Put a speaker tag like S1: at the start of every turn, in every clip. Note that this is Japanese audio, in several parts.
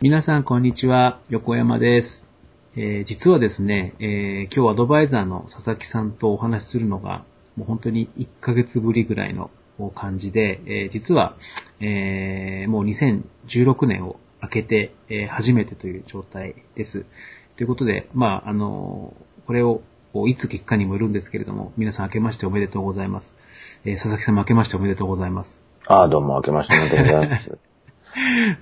S1: 皆さん、こんにちは。横山です。えー実はですね、えー今日アドバイザーの佐々木さんとお話しするのが、もう本当に1ヶ月ぶりぐらいの感じで、えー実は、えーもう2016年を明けて、えー初めてという状態です。ということで、まあ、あのーこれを、こういつ結果にもよるんですけれども、皆さん明けましておめでとうございます。えー佐々木さんも明けましておめでとうございます。
S2: ああ、どうも、明けましておめでとうござい ます。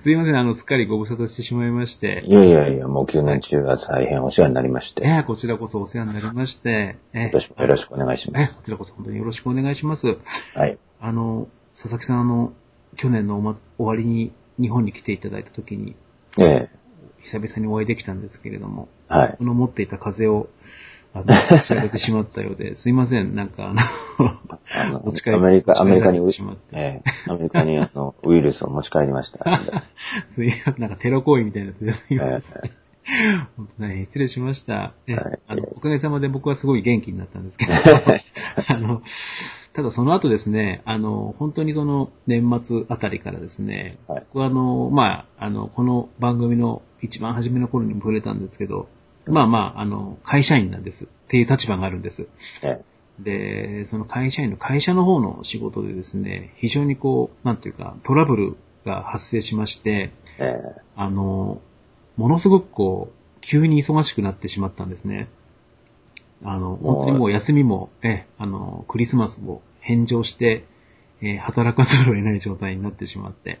S1: すいません、あの、すっかりご無沙汰してしまいまして、
S2: いやいやいや、もう9年中は大変お世話になりまして、今
S1: えーこちらこそお世話になりまして、えー
S2: 年もよろしくお願いしま
S1: え
S2: す。
S1: こちらこそ本当によろしくお願いします。
S2: はい。
S1: あの、佐々木さん、あの、去年のおま終わりに日本に来ていただいた時に、
S2: ええ
S1: 久々にお会いできたんですけれども、
S2: はい。
S1: この持っていた風を、あの、調べてしまったようで、すいません、なんかあの、
S2: あの
S1: 持ち帰
S2: アメリ
S1: 持ち帰
S2: カ、アメリカに
S1: られてしまっ、て
S2: ええアメリカにあのウイルスを持ち帰り ました。
S1: すいなんかテロ行為みたいになってすい
S2: ええ
S1: ません。本当大変失礼しました。え
S2: はい
S1: あのおかげさまで僕はすごい元気になったんです けど、あのただその後ですね、あの、本当にその年末あたりからですね、
S2: はい
S1: 僕はあの、まあ、あの、この番組の一番初めの頃にも触れたんですけど、まあまあ、あの、会社員なんですっていう立場があるんです。
S2: ええ
S1: で、その会社員の会社の方の仕事でですね、非常にこう、なんていうか、トラブルが発生しまして、
S2: ええ
S1: あの、ものすごくこう、急に忙しくなってしまったんですね。あの、本当にもう休みも、え、あの、クリスマスも返上して、えー働かざるを得ない状態になってしまって、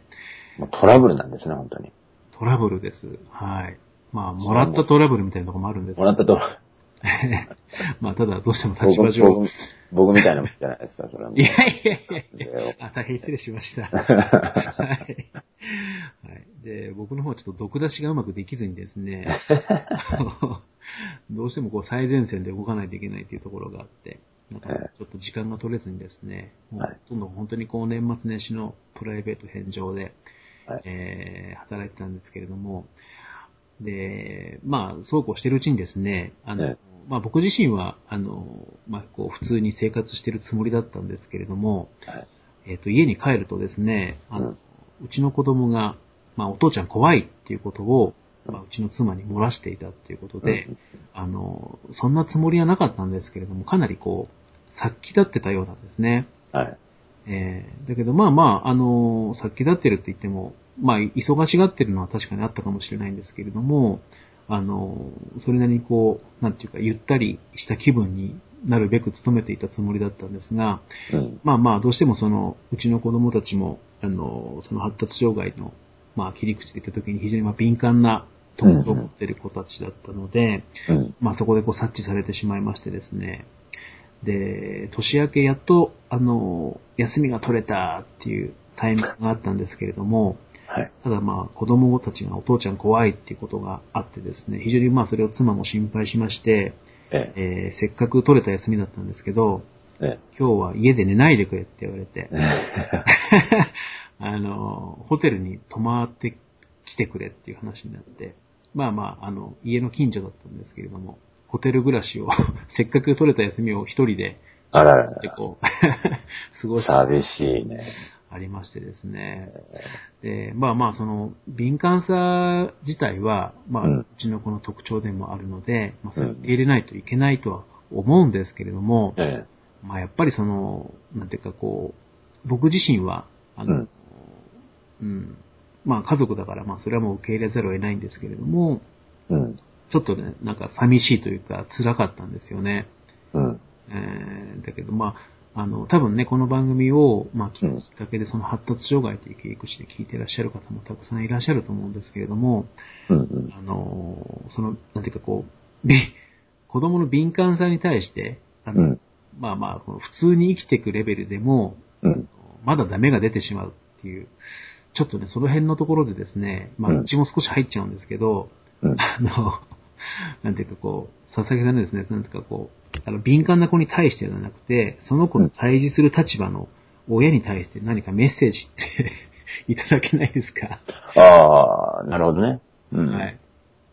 S2: もうトラブルなんですね、本当に。
S1: トラブルです。はい。まあ、もらったトラブルみたいなとこもあるんですけ
S2: も
S1: ど
S2: らった と、
S1: まあ、ただどうしても立
S2: 僕
S1: 場上。
S2: 僕僕みたいなもんじゃないですか、それはもう
S1: いやいやいやい
S2: それを
S1: や。あ、大変失礼しま した。はい。はい。で、僕の方はちょっと毒出しがうまくできずにですね、 どうしてもこう最前線で動かないといけないというところがあって、なんか
S2: え
S1: ちょっと時間が取れずにですね、もう
S2: はい
S1: ほとんど本当にこう年末年始のプライベート返上で、
S2: はい
S1: えー働いてたんですけれども、で、まあ、そうこうしてるうちにですね、あの、
S2: ええ
S1: まあ僕自身は、あの、まあこう普通に生活してるつもりだったんですけれども、
S2: はい
S1: えっ、と、家に帰るとですね、あの、
S2: うん
S1: うちの子供が、まあ、お父ちゃん怖いっていうことを、まあ、うちの妻に漏らしていたっていうことで、
S2: うん
S1: あの、そんなつもりはなかったんですけれども、かなりこう、殺気立ってたようなんですね。
S2: はい。
S1: えーだけど、まあまあ、あの、殺気立ってるって言っても、まあ、忙しがってるのは確かにあったかもしれないんですけれども、あの、それなりにこう、なんていうか、ゆったりした気分になるべく努めていたつもりだったんですが、
S2: うん。
S1: まあまあ、どうしてもその、うちの子供たちも、あの、その発達障害の、まあ、切り口で言った時に非常にまあ敏感な特徴を持っている子たちだったので、
S2: うん。
S1: まあそこでこう察知されてしまいましてですね。で、年明けやっと、あの、休みが取れたっていうタイミングがあったんですけれども、
S2: はい。
S1: ただまあ子供たちがお父ちゃん怖いっていうことがあってですね、非常にまあそれを妻も心配しまして、
S2: ええ
S1: えーせっかく取れた休みだったんですけど、
S2: え
S1: 今日は家で寝ないでくれって言われて
S2: え、
S1: あの、ホテルに泊まってきてくれっていう話になって、まあまあ、あの、家の近所だったんですけれども、ホテル暮らしを、 せっかく取れた休みを一人で、
S2: あらら ら
S1: で
S2: ら。
S1: こう、過ごした
S2: 寂しいね。
S1: ありましてですね。で、まあまあ、その、敏感さ自体は、まあ、
S2: うん
S1: うちの子の特徴でもあるので、まあ、それを
S2: うん
S1: 受け入れないといけないとは思うんですけれども、
S2: え
S1: まあやっぱりその、なんていうかこう、僕自身は、あの、うん、まあ家族だからまあそれはもう受け入れざるを得ないんですけれども、
S2: えうん。
S1: ちょっとね、なんか寂しいというか辛かったんですよね。
S2: うん。
S1: えー、だけどまあ、あの、多分ね、この番組を、まあ、き
S2: うん
S1: っかけで、その発達障害という切り口で聞いていらっしゃる方もたくさんいらっしゃると思うんですけれども、
S2: うん。うん。
S1: あの、その、なんていうかこう、び子供の敏感さに対して、あ
S2: う
S1: の、
S2: ん。
S1: まあまあ、この普通に生きていくレベルでも、
S2: うん。
S1: まだダメが出てしまうっていう、ちょっとね、その辺のところでですね、まあ、
S2: うん
S1: うちも少し入っちゃうんですけど、
S2: うん。
S1: あの、なんていうかこう、佐々木さんのですね、なんていうかこう、あの、敏感な子に対してではなくて、その子に対峙する立場の親に対して何かメッセージっていただけないですか、
S2: ああ、なるほどね。うん。
S1: はい。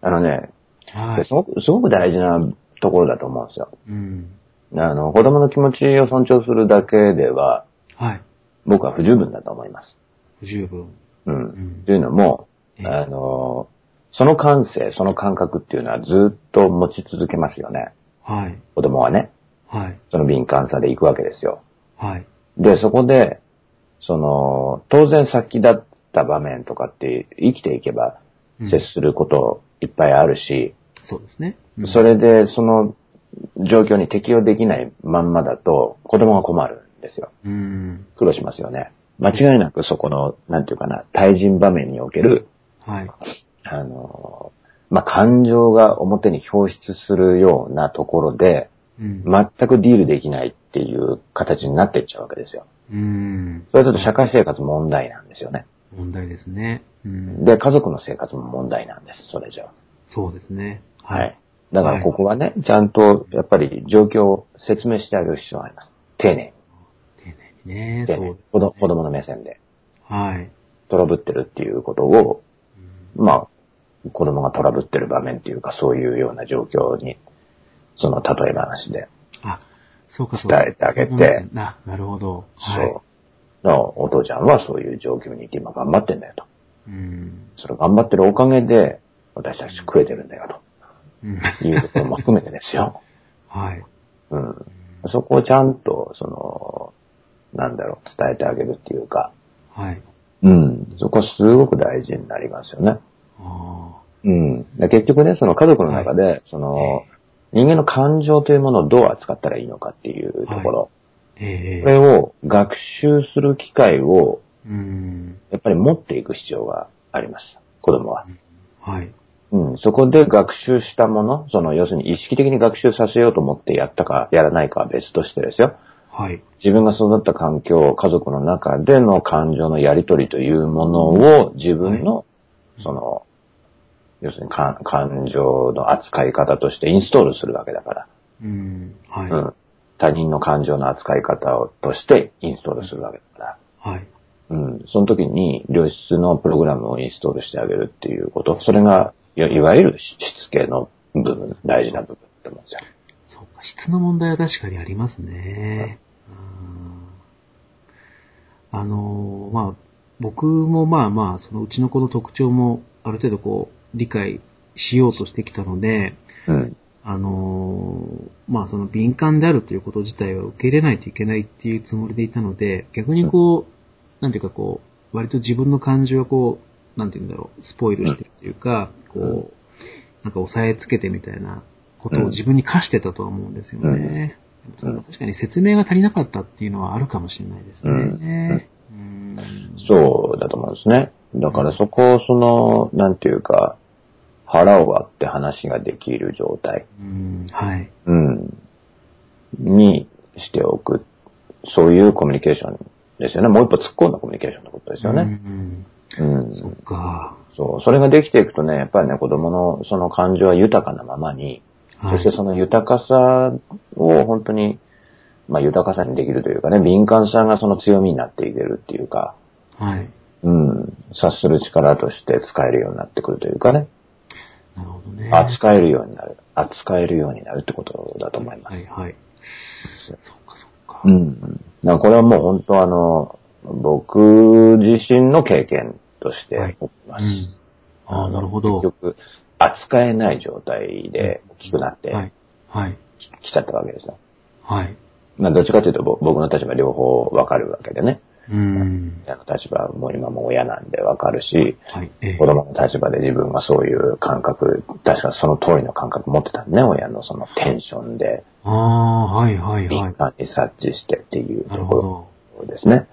S2: あのね、
S1: はい
S2: す。ごく、すごく大事なところだと思うんですよ。
S1: うん。
S2: あの、子供の気持ちを尊重するだけでは、
S1: はい。
S2: 僕は不十分だと思います。
S1: 不十分。う
S2: う。
S1: んん
S2: と。いうのも、
S1: ええ
S2: あの、その感性、その感覚っていうのはずっと持ち続けますよね。
S1: はい。
S2: 子供はね、
S1: はい。
S2: その敏感さで行くわけですよ。
S1: はい。
S2: で、そこで、その、当然先だった場面とかって生きていけば
S1: うん
S2: 接することいっぱいあるし、
S1: そうですね。うん
S2: それでその状況に適応できないまんまだと子供が困るんですよ。
S1: うん。
S2: 苦労しますよね。間違いなくそこの、なんていうかな、対人場面における、
S1: はい。
S2: あの、まあ、感情が表に表出するようなところで、
S1: うん。
S2: 全くディールできないっていう形になっていっちゃうわけですよ。
S1: うん。
S2: それだと社会生活問題なんですよね。
S1: 問題ですね。うん。
S2: で、家族の生活も問題なんです、それじゃあ。
S1: そうですね。
S2: はい。。だからここはね、ちゃんと、やっぱり状況を説明してあげる必要があります。丁寧
S1: 丁寧にね
S2: に。。
S1: そ
S2: 丁
S1: う
S2: 寧に
S1: です。
S2: 子供子供の目線で、
S1: はい。
S2: トラブってるっていうことを、
S1: うん
S2: まあ、子供がトラブってる場面っていうか、そういうような状況に、その例え話で、
S1: あ、そうかそうか。
S2: 伝えてあげて
S1: な、なるほど。はい。
S2: そう。だからお父ちゃんはそういう状況にいて今頑張ってんだよと。
S1: うん。
S2: それ頑張ってるおかげで、私たち食えてるんだよ
S1: うん。
S2: というところも含めてで すよ。
S1: はい。
S2: うん。そこをちゃんと、その、なんだろう、伝えてあげるっていうか、
S1: はい。
S2: うん。そこはすごく大事になりますよね。
S1: あ
S2: うん。だから結局ね、その家族の中で、その、人間の感情というものをどう扱ったらいいのかっていうところ、
S1: あ。え
S2: こ
S1: え
S2: れを学習する機会を、
S1: うん。
S2: やっぱり持っていく必要があります。子供は。
S1: はい。
S2: うん。そこで学習したもの、その、要するに意識的に学習させようと思ってやったか、やらないかは別としてですよ。
S1: はい。
S2: 自分が育った環境、家族の中での感情のやりとりというものを自分の、その、要するにか感情の扱い方としてインストールするわけだか
S1: うん。は
S2: ら、
S1: い。
S2: うん、他人の感情の扱い方をとしてインストールするわけだから、
S1: はい。
S2: うん、その時に良質のプログラムをインストールしてあげるっていうこと、それがいわいわゆるししつけの部分、大事な部分って思うんですよ。
S1: そうか。質の問題は確かにありますね。うんあのー、まあ、僕もまあまあ、そのうちの子の特徴もある程度こう、理解しようとしてきたので、
S2: うん、
S1: あのーまあその敏感であるということ自体は受け入れないといけないっていうつもりでいたので、逆にこう、なんていうかこう、割と自分の感情をこう、なんていうんだろう、スポイルしてるっていうか、
S2: うん
S1: こう、なんか押さえつけてみたいなことを
S2: うん
S1: 自分に課してたとは思うんですよね。
S2: うん
S1: 確かに説明が足りなかったっていうのはあるかもしれないですね。うん。
S2: そうだと思うんですね。だからそこをその、なんていうか、腹を割って話ができる状態、
S1: うん。はい。
S2: うん、にしておく。そういうコミュニケーションですよね。もう一歩突っ込んだコミュニケーションのことですよね。
S1: うん。
S2: うん。
S1: そっか。
S2: そう。それができていくとね、やっぱりね、子供のその感情は豊かなままに、
S1: はい
S2: そしてその豊かさを本当に、まあ豊かさにできるというかね、敏感さがその強みになっていけるっていうか、
S1: はい。
S2: うん、察する力として使えるようになってくるというかね、
S1: なるほどね。
S2: 扱えるようになる、扱えるようになるってことだと思います。
S1: はいはい。そっかそっか。
S2: うん。だからこれはもう本当あの、僕自身の経験として
S1: はい
S2: 思います。
S1: うんああ、なるほ
S2: 結
S1: ど。
S2: 局、扱えない状態で大きくなって
S1: はい。はい。
S2: ききちゃったわけですよ。
S1: はい。
S2: まあどっちかというとぼ僕の立場両方わかるわけでね。
S1: うん。
S2: 親の立場も今も親なんでわかるし、
S1: はい。ええ
S2: 子供の立場で自分がそういう感覚、確かその通りの感覚持ってたね、親のそのテンションで、
S1: ああ、はいはいは
S2: 敏
S1: い。
S2: 感に察知してっていう
S1: なる
S2: と
S1: ほ
S2: こ
S1: ど。
S2: ろですね。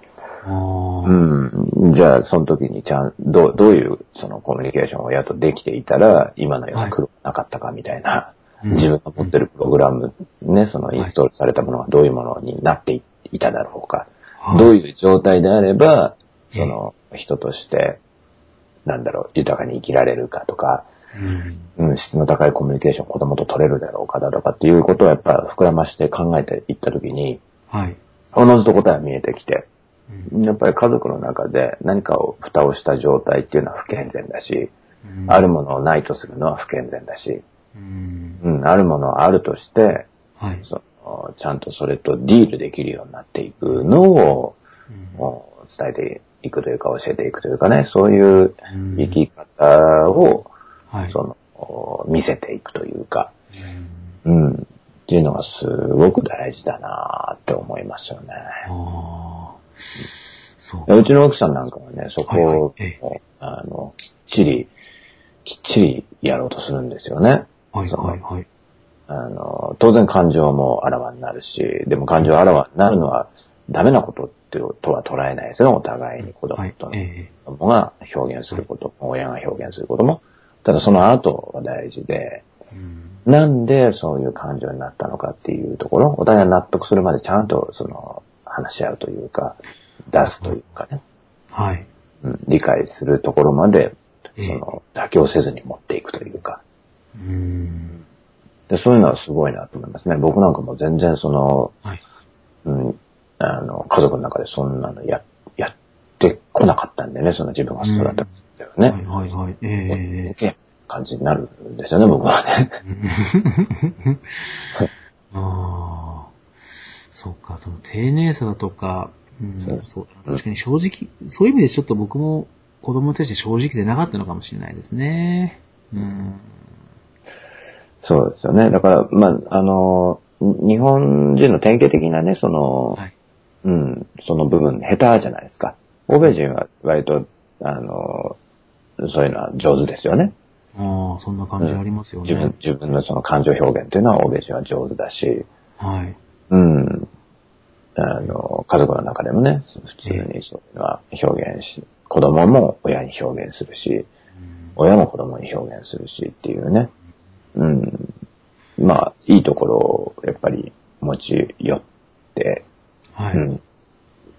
S1: ああ、
S2: うん。じゃあ、その時にちゃん、どう、どういうそのコミュニケーションをやっとできていたら、今のような苦労がなかったかみたいな、
S1: うん
S2: 自分が持ってるプログラム、ね、そのインストールされたものがどういうものになっていただろうか、
S1: はい
S2: どういう状態であれば、
S1: ええ
S2: その人として、なんだろう、豊かに生きられるかとか、
S1: うん。
S2: うん、質の高いコミュニケーションを子供と取れるだろうかだとかっていうことをやっぱ膨らまして考えていったときに、
S1: はい。
S2: おのずと答えが見えてきて、
S1: うん
S2: やっぱり家族の中で何かを蓋をした状態っていうのは不健全だし、ある。ものをないとするのは不健全だし、
S1: うん。
S2: うん、あるものをあるとして、
S1: はい。
S2: そのちゃんとそれとディールできるようになっていくのを
S1: うん
S2: もう伝えていくというか教えていくというかね、そういう
S1: うん
S2: 生き方を
S1: はい。
S2: その、見せていくというか、
S1: うん
S2: うん。っていうのがすごく大事だなって思いますよね。
S1: ああ。そうか。
S2: うちの奥さんなんかはね、そこを、
S1: はいはいえ
S2: あの、きっちり、きっちりやろうとするんですよね。
S1: はい
S2: その
S1: はいはい。
S2: あの、当然感情もあらわになるし、でも感情あらわになるのはダメなことってとは捉えないですよね、お互いに子
S1: は
S2: 供
S1: い
S2: と。。
S1: え
S2: 子供が表現すること、親が表現することも、ただその後が大事で、
S1: えうん
S2: なんでそういう感情になったのかっていうところ、お互いが納得するまでちゃんとその話し合うというか、出すというかね、
S1: はい。
S2: うん、理解するところまで、そ
S1: ええ
S2: の妥協せずに持っていくというか、
S1: うん。
S2: でそういうのはすごいなと思いますね。僕なんかも全然その、
S1: はい。
S2: うん、あの、家族の中でそんなのや、やってこなかったんでね、その自分がそうだったんだよ
S1: は
S2: ね
S1: い。はいはい。ええ
S2: え感じになるんですよね、僕はね。
S1: ああ、そうか、その丁寧さだとか、うん、
S2: そう
S1: そう確かに正直、そういう意味でちょっと僕も子供に対して正直でなかったのかもしれないですね。うん。
S2: そうですよね。だから、まあ、あの、日本人の典型的なね、その、
S1: はい。
S2: うん、その部分、下手じゃないですか。欧米人は割と、あの、そういうのは上手ですよね。
S1: ああ、そんな感じありますよね。
S2: 自分、自分のその感情表現というのは欧米人は上手だし、
S1: はい。
S2: うん。あの、家族の中でもね、普通にそういうのは表現し、子供も親に表現するし、
S1: うん
S2: 親も子供に表現するしっていうね。うん。まあ、いいところをやっぱり持ち寄って、
S1: はい。
S2: うん、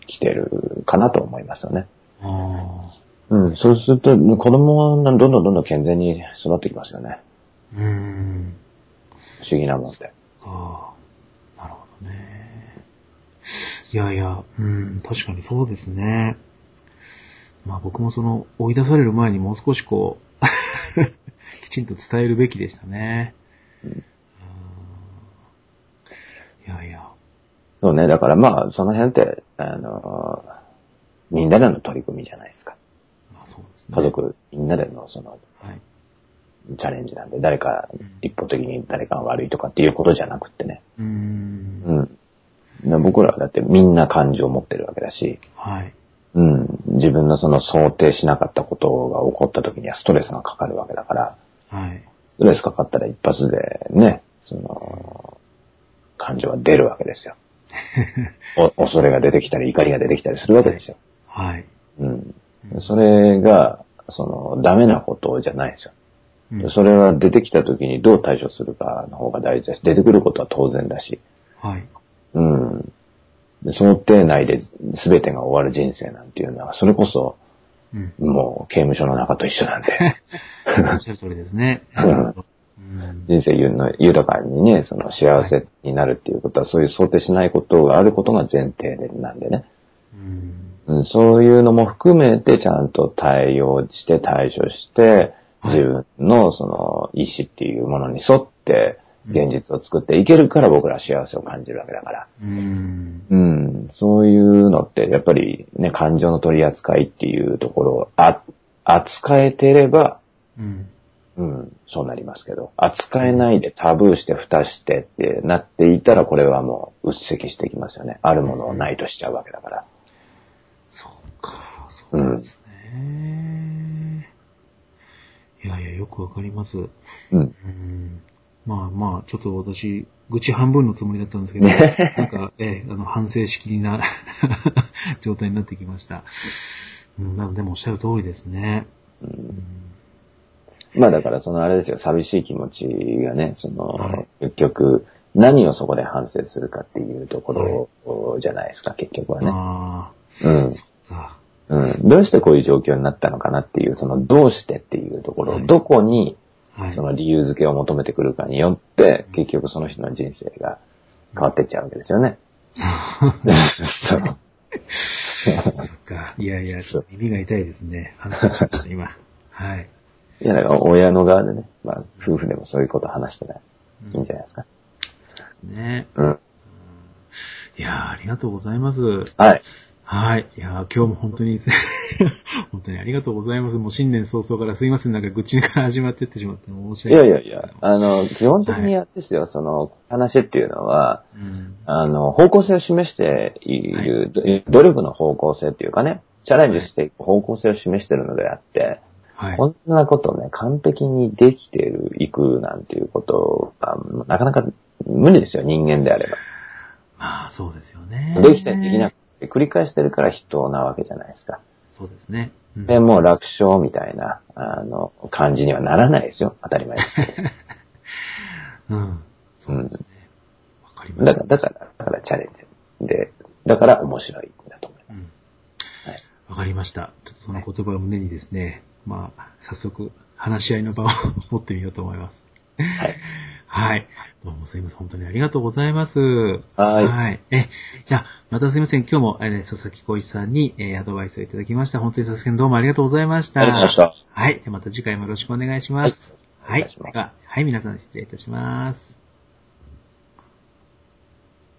S2: 来てるかなと思いますよね。
S1: ああ、
S2: うん、そうすると、子供はどんどんどんどん健全に育ってきますよね。
S1: うん。
S2: 不思議なもんで。
S1: ああ、なるほどね。いやいや、うん、確かにそうですね。まあ僕もその、追い出される前にもう少しこう、 きちんと伝えるべきでしたね。うん、いやいや、
S2: そうね、だからまあ、その辺って、あの、みんなでの取り組みじゃないですか。
S1: まあそうですね。
S2: 家。族みんなでのその
S1: はい。
S2: チャレンジなんで、誰か
S1: ん
S2: 一方的に誰かが悪いとかっていうことじゃなくってね。
S1: うーん。
S2: うん。な僕らだってみんな感情を持ってるわけだし、
S1: はい。
S2: うん。自分のその想定しなかったことが起こった時にはストレスがかかるわけだから、
S1: はい。
S2: ストレスかかったら一発でね、その、感情は出るわけですよ。お恐れが出てきたり怒りが出てきたりするわけですよ。
S1: はい。
S2: うん。それが、その、ダメなことじゃないですよ。
S1: うん
S2: それは出てきた時にどう対処するかの方が大事だし、出てくることは当然だし、
S1: はい。
S2: うん。で想定内で全てが終わる人生なんていうのは、それこそ、
S1: うん。
S2: もう刑務所の中と一緒なんで、
S1: おっしゃる通りですね。うん
S2: 人生の豊かにね、その幸せになるっていうことは、そういう想定しないことがあることが前提でなんでね。
S1: うん。
S2: うん、そういうのも含めてちゃんと対応して対処して、
S1: はい
S2: 自分のその意志っていうものに沿って
S1: うん
S2: 現実を作っていけるから僕らは幸せを感じるわけだから。
S1: うん。
S2: うん、そういうのってやっぱりね、感情の取り扱いっていうところをあ扱えてれば、
S1: うん。
S2: うん、そうなりますけど、扱えないでタブーして蓋してってなっていたらこれはもううっせきしてきますよね。あるものをないとしちゃうわけだから。
S1: そうか、そうなんですね。いやいや、よくわかります。う
S2: うん。
S1: ん。まあまあ、ちょっと私、愚痴半分のつもりだったんですけど、なんか、ええ、あの、反省しきりな 状態になってきました。うん、なのでもおっしゃる通りですね。うん。
S2: まあだからそのあれですよ、寂しい気持ちがね、その、
S1: はい
S2: 結局、何をそこで反省するかっていうところじゃないですか、結局はね。
S1: あ
S2: うん
S1: あ、そ。っか。
S2: うん。どうしてこういう状況になったのかなっていう、そのどうしてっていうところ
S1: は
S2: を
S1: い
S2: どこに、
S1: はい。
S2: その理由付けを求めてくるかによって、結局その人の人生が変わってっちゃうわけですよね。 そ
S1: そ
S2: う。
S1: っか。いやいや、ちょっと耳が痛いですね。反省しました、今。はい。
S2: いや、だから親の側でね、まあ、夫婦でもそういうこと話してない。いいんじゃないですか。
S1: ね。
S2: うん。
S1: いやーありがとうございます。
S2: はい。
S1: はい。いやー、今日も本当に、 本当にありがとうございます。もう新年早々からすいません。なんか愚痴から始まってってしまって申し
S2: い
S1: 訳
S2: や
S1: ない。
S2: いやいや、あの、基本的にやですよ、その、話っていうのは、
S1: うん。
S2: あの、方向性を示している、ど努力の方向性っていうかね、チャレンジしていく方向性を示しているのであって、
S1: はい。
S2: こんなことをね、完璧にできていくなんていうことは、なかなか無理ですよ、人間であれ
S1: まあ、そうですよね。
S2: ば。できたりできなくて、繰り返してるから人なわけじゃないですか。
S1: そうですね。うん
S2: で、もう楽勝みたいな、あの、感じにはならないですよ、当たり前ですけど。
S1: うん。そうですね。わかりま
S2: だ
S1: し
S2: か
S1: た
S2: ら、。だから、だからチャレンジ。で、だから面白いんだと思いま
S1: うん
S2: はい
S1: わかりました。ちょっとその言葉を胸にですね、まあ、早速、話し合いの場を 持ってみようと思います。
S2: す。はい。
S1: はい。どうもすいません。本当にありがとうございます。
S2: はい
S1: え、じゃあ、またすいません。今日も、えー佐々木浩一さんに、えーアドバイスをいただきました。本当に佐々木さんどうもありがとうございました。
S2: ありがとうございました。
S1: はい。でまた次回もよろしくお願いします。
S2: はいお願いします
S1: でははい、皆さん失礼いたします。